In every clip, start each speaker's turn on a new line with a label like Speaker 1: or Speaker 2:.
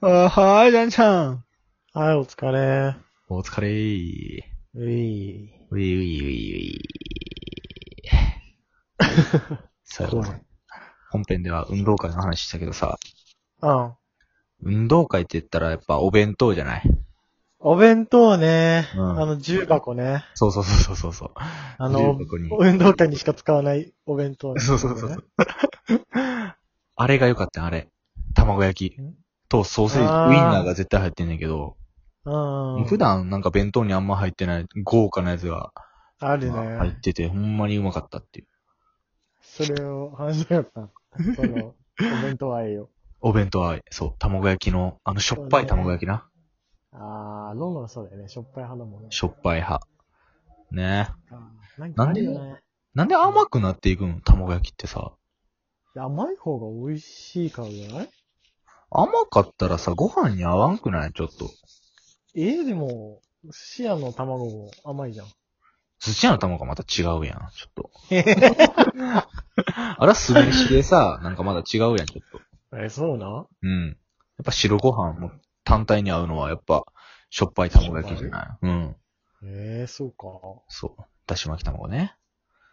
Speaker 1: あーはーい、ジャンちゃん。
Speaker 2: はい、お疲れ。
Speaker 1: お疲れー。
Speaker 2: うい。
Speaker 1: ういういういうい。そういえば
Speaker 2: 怖い
Speaker 1: 本編では運動会の話したけどさ、
Speaker 2: うん。
Speaker 1: 運動会って言ったらやっぱお弁当じゃない
Speaker 2: お弁当ね、
Speaker 1: うん
Speaker 2: あの、重箱ね。
Speaker 1: そうそうそうそうそう。
Speaker 2: あ
Speaker 1: 重
Speaker 2: の、
Speaker 1: 箱に
Speaker 2: 運動会にしか使わない お弁当、ね。
Speaker 1: そうそうそうそう。あれが良かったよあれ。卵焼き
Speaker 2: ん。
Speaker 1: とソーセージ、ウ
Speaker 2: あー
Speaker 1: インナーが絶対入ってんねんけど、
Speaker 2: うん。
Speaker 1: 普段なんか弁当にあんま入ってない豪華なやつが
Speaker 2: あるね。
Speaker 1: 入ってて、ほんまにうまかったっていう。
Speaker 2: それを話しなかった。その、お弁当愛を。
Speaker 1: お弁当は、そう、卵焼きの、あの、しょっぱい卵焼きな。
Speaker 2: あー、ロンロンそうだよね。しょっぱい派だもんね。
Speaker 1: しょっぱい派。ねえ。
Speaker 2: うんなんかあるよね。
Speaker 1: なんで甘くなっていくの卵焼きってさ。
Speaker 2: いや甘い方が美味しいからじゃない
Speaker 1: 甘かったらさ、ご飯に合わんくないちょっと。
Speaker 2: えー、でも、寿司屋の卵も甘いじゃん。
Speaker 1: 寿司屋の卵がまた違うやん、ちょっと。あら、酢飯でさ、なんかまだ違うやん、ちょっと。
Speaker 2: え、そうな
Speaker 1: うん。やっぱ白ご飯も単体に合うのは、やっぱ、しょっぱい卵焼きじゃないうん。
Speaker 2: えー、そうか。
Speaker 1: そう。だし巻き卵ね。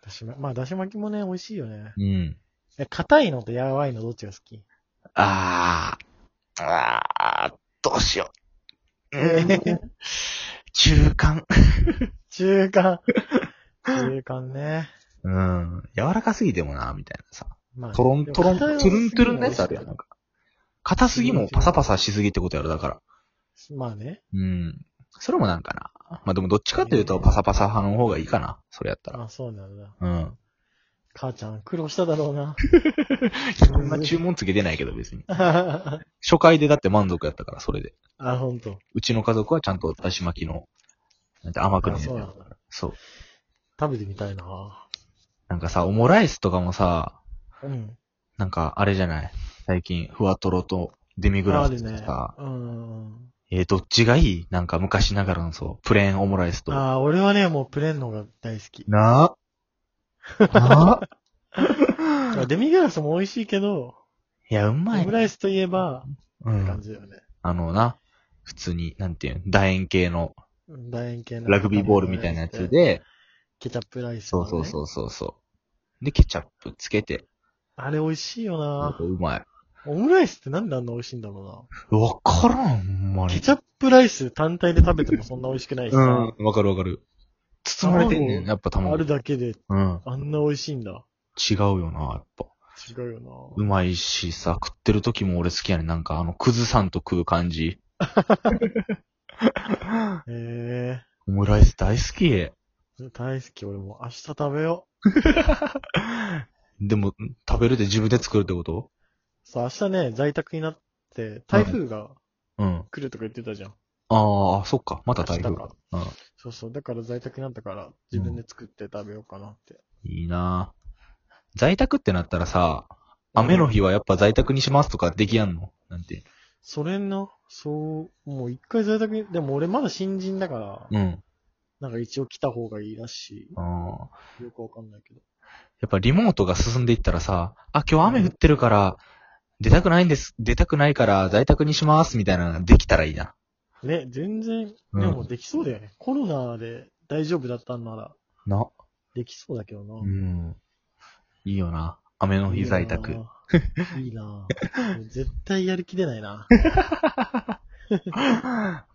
Speaker 2: だしま、まあ、だし巻きもね、美味しいよね。
Speaker 1: うん。
Speaker 2: え、硬いのと柔らかいのどっちが好き
Speaker 1: あー。あー、どうしよう。うん、中間。
Speaker 2: 中間。中間ね。
Speaker 1: うん。柔らかすぎてもな、みたいなさ。
Speaker 2: まあ、
Speaker 1: トロントロン、トゥルントゥルンのやつあるやん。なん
Speaker 2: ん。
Speaker 1: か。硬すぎもパサパサしすぎってことやろ、だから。
Speaker 2: まあね。
Speaker 1: うん。それもなんかな。まあでもどっちかというとパサパサ派の方がいいかな。それやったら。
Speaker 2: あ、そうなんだ。
Speaker 1: うん。
Speaker 2: 母ちゃん苦労しただろうな。
Speaker 1: そんな注文つけてないけど別に。
Speaker 2: あ、
Speaker 1: 初回でだって満足やったから、それで。
Speaker 2: ほんと。
Speaker 1: うちの家族はちゃんとだし巻きの、なんて甘くな
Speaker 2: あ
Speaker 1: い
Speaker 2: そうな
Speaker 1: や
Speaker 2: ん
Speaker 1: つ
Speaker 2: だ。
Speaker 1: そう。
Speaker 2: 食べてみたいな。
Speaker 1: なんかさ、オムライスとかもさ、
Speaker 2: うん。
Speaker 1: なんかあれじゃない最近、ふわとろとデミグラ
Speaker 2: あ
Speaker 1: ス
Speaker 2: る
Speaker 1: と
Speaker 2: ね
Speaker 1: か。。
Speaker 2: うん。
Speaker 1: えー、どっちがいいなんか昔ながらのそう、プレーンオムライスと。
Speaker 2: あー、俺はね、もうプレーンの方が大好き。
Speaker 1: なあ。な
Speaker 2: まあ
Speaker 1: あ。
Speaker 2: デミグラスも美味しいけど、
Speaker 1: いや、う
Speaker 2: オ
Speaker 1: まい
Speaker 2: ム。ライスといえば、
Speaker 1: う
Speaker 2: 感
Speaker 1: ん。
Speaker 2: じだよね。
Speaker 1: あのな、普通に、なんていうん、楕円形の
Speaker 2: 楕円形の。
Speaker 1: ラグビーボールみたいなやつ。で、
Speaker 2: ケチャップライスと
Speaker 1: そう
Speaker 2: かね、
Speaker 1: そうそうそうそう。で、ケチャップつけて、
Speaker 2: あれ美味しいよな
Speaker 1: うまい。
Speaker 2: オムライスってなんであんな美味しいんだろ
Speaker 1: わからん、ほんま
Speaker 2: うな。
Speaker 1: に
Speaker 2: ケ。チャップライス単体で食べてもそんな美味しくないし
Speaker 1: う
Speaker 2: さ。
Speaker 1: ん、わかるわかる。包まれてんねん、
Speaker 2: 卵
Speaker 1: やっぱ
Speaker 2: ある
Speaker 1: 卵。
Speaker 2: だけで
Speaker 1: うん。
Speaker 2: あんな美味しいんだ。
Speaker 1: 違うよな、やっぱ。
Speaker 2: 違うよ
Speaker 1: うまいしさ、食ってる時も俺好きやねん。なんかあの、くずさんと食う感じ。
Speaker 2: な。へ
Speaker 1: オムライス大好き。
Speaker 2: えー。大好き。俺もう明日食べよ
Speaker 1: でも、ん食べるって自分で作るってこ
Speaker 2: う。
Speaker 1: と
Speaker 2: そう、明日ね、在宅になって、台風が
Speaker 1: うん。
Speaker 2: 来るとか言ってたじゃん。
Speaker 1: ああ、そっか。また台風
Speaker 2: 明日
Speaker 1: か
Speaker 2: か。
Speaker 1: うん。
Speaker 2: そうそう。だから在宅になったから、自分で作って食べようかなって。
Speaker 1: いいなぁ在宅ってなったらさ、雨の日はやっぱ在宅にしますとかできやんのなんて。
Speaker 2: それな、そう、もう一回在宅に、でも俺まだ新人だから、
Speaker 1: うん。
Speaker 2: なんか一応来た方がいいらし
Speaker 1: あー
Speaker 2: い。よくわかんないけど。
Speaker 1: やっぱリモートが進んでいったらさ、あ、今日雨降ってるから、出たくないんです、出たくないから在宅にしますみたいなのができたらいいな。
Speaker 2: ね、全然、
Speaker 1: うん
Speaker 2: でもできそうだよね。コロナで大丈夫だったんなら、
Speaker 1: な。
Speaker 2: できそうだけどな。
Speaker 1: うん。いいよな。雨の日在宅。
Speaker 2: いいなぁ。 もう絶対やる気出ないな。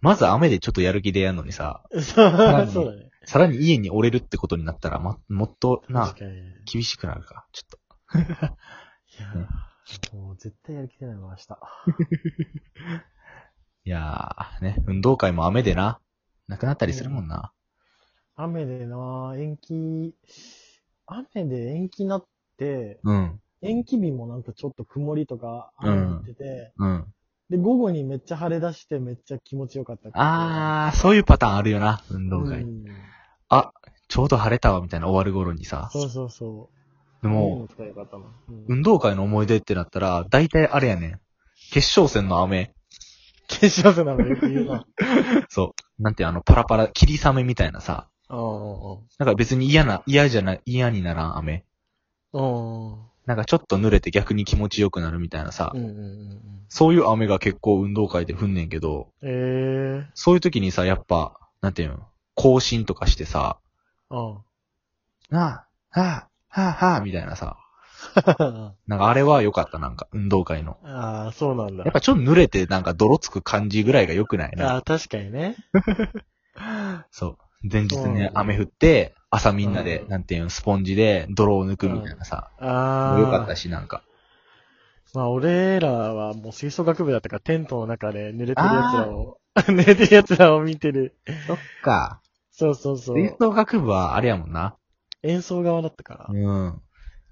Speaker 1: まず雨でちょっとやる気でやんのにさ、
Speaker 2: そう
Speaker 1: らに
Speaker 2: そうだね。
Speaker 1: さらに家に折れるってことになったら、ま、もっとな
Speaker 2: 確、かに。い
Speaker 1: 厳しくなるか。ちょっと。
Speaker 2: やぁもう絶対やる気出ないわ、明日。
Speaker 1: いやー、ね、運動会も雨でな、なくなったりするもんな。
Speaker 2: 雨でなぁ、延期、雨で延期になって、
Speaker 1: うん、
Speaker 2: 延期日もなんかちょっと曇りとか雨降ってて、
Speaker 1: うん。
Speaker 2: で、午後にめっちゃ晴れ出してめっちゃ気持ちよかった。
Speaker 1: あー、そういうパターンあるよな、運動会。
Speaker 2: うん
Speaker 1: ちょうど晴れたわ、みたいな終わる頃にさ。
Speaker 2: そうそうそう。
Speaker 1: で
Speaker 2: いいの
Speaker 1: も、
Speaker 2: 使い方なうん
Speaker 1: 運動会の思い出ってなったら、大体あれやねん。決勝戦の雨。
Speaker 2: 決勝戦なのよく言うな。
Speaker 1: そう。なんてあの、パラパラ、霧雨みたいなさ。
Speaker 2: うんうんうん
Speaker 1: なんか別に嫌な、嫌じゃない、嫌にならん雨。
Speaker 2: うんうん。
Speaker 1: なんかちょっと濡れて逆に気持ちよくなるみたいなさ、
Speaker 2: うんうんうんうん。
Speaker 1: そういう雨が結構運動会で降んねんけど、
Speaker 2: ええ
Speaker 1: そういう時にさ、やっぱ、なんていうの、更新とかしてさ、
Speaker 2: ー。
Speaker 1: なあ、はあ、はあ、はあ、みたいなさ、
Speaker 2: あ
Speaker 1: なんかあれは良かった、なんか運動会の。
Speaker 2: あー、そうなんだ
Speaker 1: やっ。ぱちょっと濡れてなんか泥つく感じぐらいが良くない
Speaker 2: あ
Speaker 1: な。
Speaker 2: あ、確かにね。
Speaker 1: そう。前日ね
Speaker 2: う、ん
Speaker 1: 雨降って、朝みんなで、
Speaker 2: うん
Speaker 1: なんていうの、スポンジで泥を抜くみたいなさ、
Speaker 2: ああ。
Speaker 1: 良かったし、なんか。
Speaker 2: まあ、俺らはもう吹奏楽部だったから、テントの中で濡れてる奴らを、濡れてる奴らを見てる。
Speaker 1: そっか。
Speaker 2: そうそうそ
Speaker 1: 吹
Speaker 2: う。
Speaker 1: 奏楽部はあれやもんな。
Speaker 2: 演奏側だったから
Speaker 1: う。ん。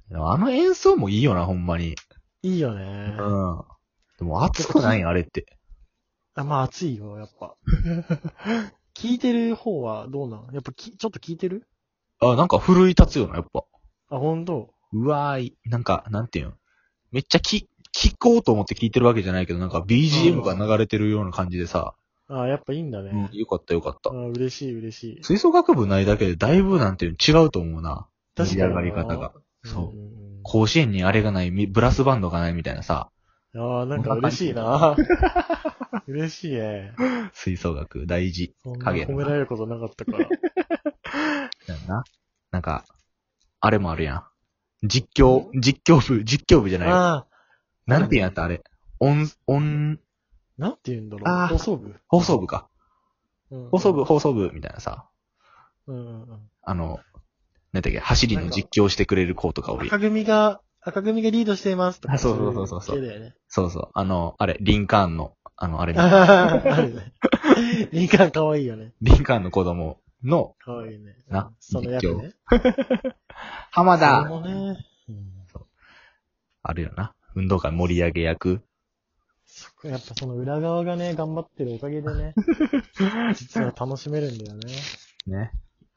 Speaker 1: でもあの演奏もいいよな、ほんまに。
Speaker 2: いいよ
Speaker 1: う
Speaker 2: ね。
Speaker 1: ん。でも熱くないあれって。
Speaker 2: あまあ、暑いよ、やっぱ。聞いてる方はどうなんやっぱき、ちょっと聞いてる
Speaker 1: あ、なんか奮い立つよな、やっぱ。
Speaker 2: あ、ほんと
Speaker 1: うわーい、なんか、なんていうん。めっちゃき、聞こうと思って聞いてるわけじゃないけど、なんか BGM が流れてるような感じでさ、
Speaker 2: あやっぱいいんだ
Speaker 1: うん
Speaker 2: ね。、
Speaker 1: よかったよかった
Speaker 2: あ。嬉しい、嬉しい。
Speaker 1: 吹奏楽部ないだけでだいぶなんていうの違うと思うな。
Speaker 2: 確かに
Speaker 1: 盛り上がり方が。そ
Speaker 2: うんうんうん
Speaker 1: 甲子園にあれがない、みブラスバンドがないみたいなさ、
Speaker 2: ああ、なんか嬉しいな。 嬉しいね。
Speaker 1: 吹奏楽大事。
Speaker 2: そんな
Speaker 1: 影
Speaker 2: 褒められることなかったから。
Speaker 1: だよな。なんか、あれもあるやん。実況、実況部、実況部じゃないわ。
Speaker 2: ああ、
Speaker 1: なんていうんやったあれ。音、音、
Speaker 2: なんて言うんだろう。
Speaker 1: あー
Speaker 2: 放送部
Speaker 1: 放送部か。
Speaker 2: うん
Speaker 1: 放送部、。放送部、みたいなさ。
Speaker 2: うんうんうん。
Speaker 1: あの、なんだっけ、走りの実況してくれる子とかおるやん
Speaker 2: 赤組が、赤組がリードしていますとか。
Speaker 1: あそうそうそうそうそう
Speaker 2: い系だよ ね。
Speaker 1: そうそう。あの、あれ、リンカーンの、あの、あれね、
Speaker 2: あーあるね。リンカーンかわいいよね。
Speaker 1: リンカーンの子供の、
Speaker 2: かわいいね。
Speaker 1: な
Speaker 2: その役ね。
Speaker 1: 浜
Speaker 2: それ
Speaker 1: 田
Speaker 2: もね。うん
Speaker 1: あるよな。運動会盛り上げ役。
Speaker 2: そっかやっぱその裏側がね、頑張ってるおかげで ね、実は楽しめるんだよね。
Speaker 1: ね。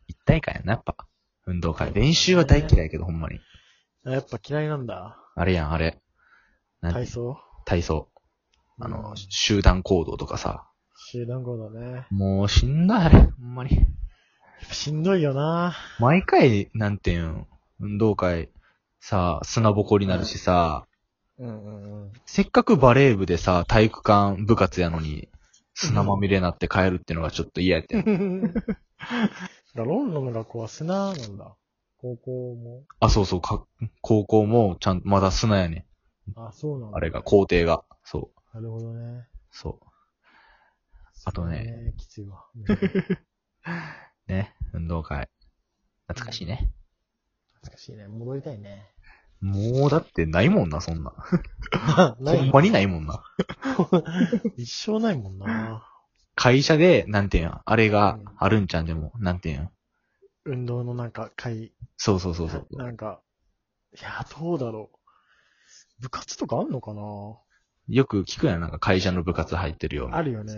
Speaker 1: 一体感やな、やっぱ。運動会。練習は大嫌いやけど、ほんまに。
Speaker 2: あやっぱ嫌いなんだ。
Speaker 1: あれやん、あれ。なんて
Speaker 2: 体操
Speaker 1: 体操。あの、
Speaker 2: うん
Speaker 1: 集団行動とかさ。
Speaker 2: 集団号だね。
Speaker 1: もうしんどい、あれ。ほんまに。
Speaker 2: やっぱしんどいよな。
Speaker 1: 毎回、なんていうん、運動会、さ、砂ぼこりなるしさ、
Speaker 2: うんうんうん。
Speaker 1: せっかくバレー部でさ、体育館部活やのに、砂まみれなって帰るってのがちょっと嫌やってん。
Speaker 2: だロンドンの学校は砂なんだ。高校も。
Speaker 1: あ、そうそう、か、高校もちゃんと、まだ砂やね
Speaker 2: あ、そうなん
Speaker 1: ん。
Speaker 2: だ。
Speaker 1: あれが、校庭が。そう、
Speaker 2: なるほどね。
Speaker 1: そう。あと
Speaker 2: そ
Speaker 1: ね
Speaker 2: う。きついわ。 うん
Speaker 1: ね、運動会。懐かしいね。
Speaker 2: 懐かしいね。戻りたい ね。
Speaker 1: もうだってないもんな、そんな。
Speaker 2: な
Speaker 1: ほん
Speaker 2: い。
Speaker 1: まにないもんな。
Speaker 2: 一生ないもんな。
Speaker 1: 会社で、なんていうんあれが
Speaker 2: うん
Speaker 1: あるんちゃんでも、なんていうん
Speaker 2: 運動のなんか会、
Speaker 1: そうそうそうそう。
Speaker 2: なんか、いや、どうだろう。部活とかあんのかな
Speaker 1: よく聞くやん、なんか会社の部活入ってるよ。
Speaker 2: あるよね。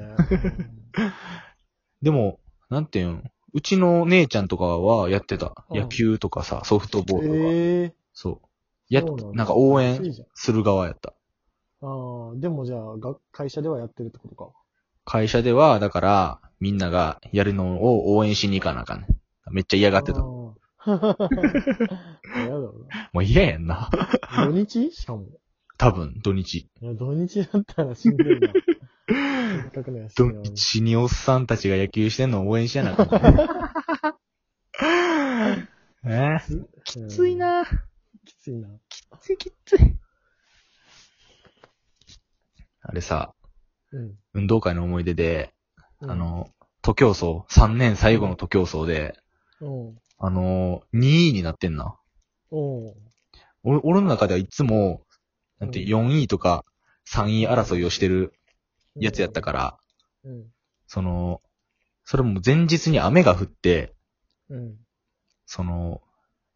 Speaker 1: でも、なんていうんうちの姉ちゃんとかはやってた。
Speaker 2: うん
Speaker 1: 野球とかさ、ソフ トボールとか。
Speaker 2: ええ
Speaker 1: そう。やっ
Speaker 2: そうなんだ
Speaker 1: なんか応
Speaker 2: いい
Speaker 1: 援
Speaker 2: じゃん。
Speaker 1: する側やった。
Speaker 2: ああ、でもじゃあ、が会社ではやってるってことか。
Speaker 1: 会社では、だから、みんながやるのを応援しに行かなあかんね。めっちゃ嫌がってた。
Speaker 2: あ
Speaker 1: も
Speaker 2: ー。 嫌だろうな。
Speaker 1: う嫌やんな。
Speaker 2: 土日しかも。
Speaker 1: 多分、土日。
Speaker 2: いや、土日だったらしんど いな。せっかくの休
Speaker 1: 土
Speaker 2: みなのに。
Speaker 1: 日におっさんたちが野球してんのを応援しやなあかん ね。ねえ
Speaker 2: き
Speaker 1: きつい。な
Speaker 2: きついな。
Speaker 1: きついきつい。あれさ、
Speaker 2: うん。
Speaker 1: 運動会の思い出で、
Speaker 2: うん
Speaker 1: あ、の、徒競走、3年最後の徒競走で、
Speaker 2: うん。
Speaker 1: あの、2位になってんな。
Speaker 2: おう
Speaker 1: 俺、俺の中ではいつも、なんて
Speaker 2: うん
Speaker 1: 4位とか3位争いをしてるやつやったから、
Speaker 2: うん。
Speaker 1: その、それも前日に雨が降って、
Speaker 2: うん。
Speaker 1: その、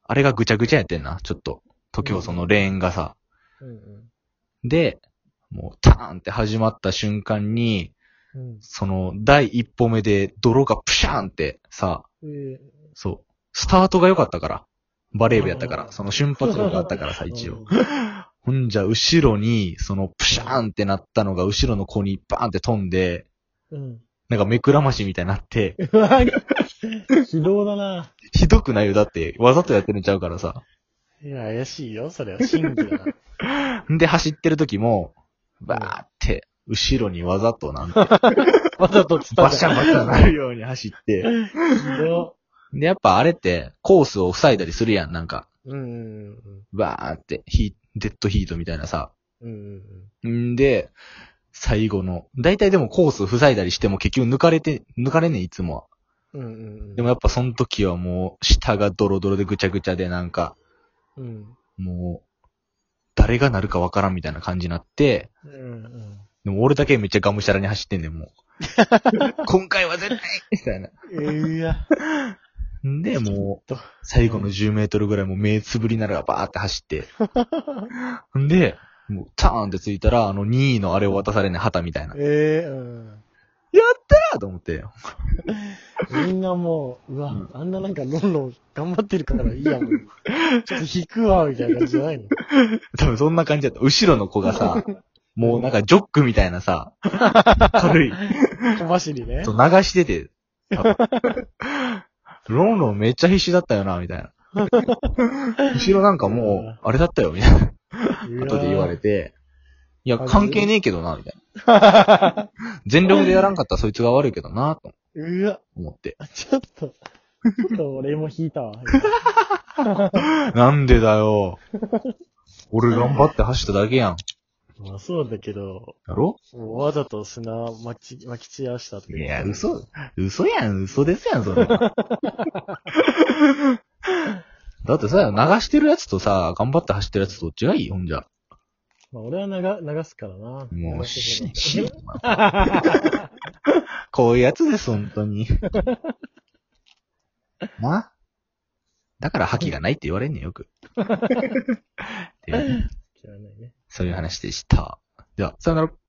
Speaker 1: あれがぐちゃぐちゃやってんな、ちょっと。徒競走のレーンがさ。
Speaker 2: うん。
Speaker 1: で、もう、ターンって始まった瞬間に、
Speaker 2: うん。
Speaker 1: その、第一歩目で泥がプシャーンってさ、
Speaker 2: え
Speaker 1: そう。スタートが良かったから。バレー部やったか
Speaker 2: うん
Speaker 1: ら。その瞬発力があったからさ、
Speaker 2: ー
Speaker 1: 一応。。ほんじゃ、後ろに、その、プシャーンってなったのが、後ろの子にバーンって飛んで、
Speaker 2: うん。
Speaker 1: なんか目くらましみたいになって、
Speaker 2: うわ、非道だな。
Speaker 1: ひどくないよ。だって、わざとやってるんちゃうからさ。
Speaker 2: えいや、怪しいよ、それは。真偽 だな。
Speaker 1: んで、走ってる時も、バーって、後ろにわざとなんか、
Speaker 2: わざと伝えた。
Speaker 1: バシャバシャなるように走って。
Speaker 2: ひど
Speaker 1: で、やっぱあれって、コースを塞いだりするやん、なんか。
Speaker 2: うんうん
Speaker 1: バーって、ヒデッドヒートみたいなさ。
Speaker 2: うん。うんうん
Speaker 1: んで、最後の。大体でもコース塞いだりしても結局抜かれて、抜かれねえ、いつもは。
Speaker 2: うん。うんうん。
Speaker 1: でもやっぱその時はもう、下がドロドロでぐちゃぐちゃでなんか、
Speaker 2: うん。
Speaker 1: もう、誰がなるかわからんみたいな感じになって、
Speaker 2: うんうん。
Speaker 1: でも俺だけめっちゃがむしゃらに走ってんねん、もう。今回は絶対みたいな。
Speaker 2: うわ。
Speaker 1: んで、もう
Speaker 2: と、
Speaker 1: 最後の10メートルぐらいもう目つぶりながらバーって走って。んで、もう、ターンってついたら、あの2位のあれを渡されんねん、旗みたいな。
Speaker 2: ええうん。
Speaker 1: あーと思って。
Speaker 2: みんなもう、うわ、
Speaker 1: うん
Speaker 2: あんななんかロンロン頑張ってるからいいやもん。ちょっと引くわ、みたいな感じじゃないの。
Speaker 1: 多分そんな感じだった。後ろの子がさ、もうなんかジョックみたいなさ、軽い。
Speaker 2: 小走りね
Speaker 1: そ。う流して て、多分ロンロンめっちゃ必死だったよな、みたいな。後ろなんかもう、あれだったよ、みたいな。後で言われ
Speaker 2: て。
Speaker 1: て。いや、
Speaker 2: あの
Speaker 1: 関係ねえけどな、みたいな。全力でやらんかったらそいつが悪いけどな、と
Speaker 2: うわ、
Speaker 1: 思って。
Speaker 2: ちょっと、ちょっと俺も引いたわ。
Speaker 1: なんでだよ。俺頑張って走っただけやん。
Speaker 2: まあそうだけど、
Speaker 1: だろ
Speaker 2: もうわざと砂まきまき散らしたって。
Speaker 1: いや、嘘、嘘やん、嘘ですやん、それは。 だってさ、流してるやつとさ、頑張って走ってるやつどっちがいいほんじゃ。
Speaker 2: まあ俺は流流すからな。
Speaker 1: もう、
Speaker 2: 流す
Speaker 1: し
Speaker 2: 方、
Speaker 1: し
Speaker 2: が、
Speaker 1: こういうやつです、本当に。 なだから覇気がないって言われんねんよく。っていうね
Speaker 2: 知らないね。
Speaker 1: そういう話でした。では、さよなら。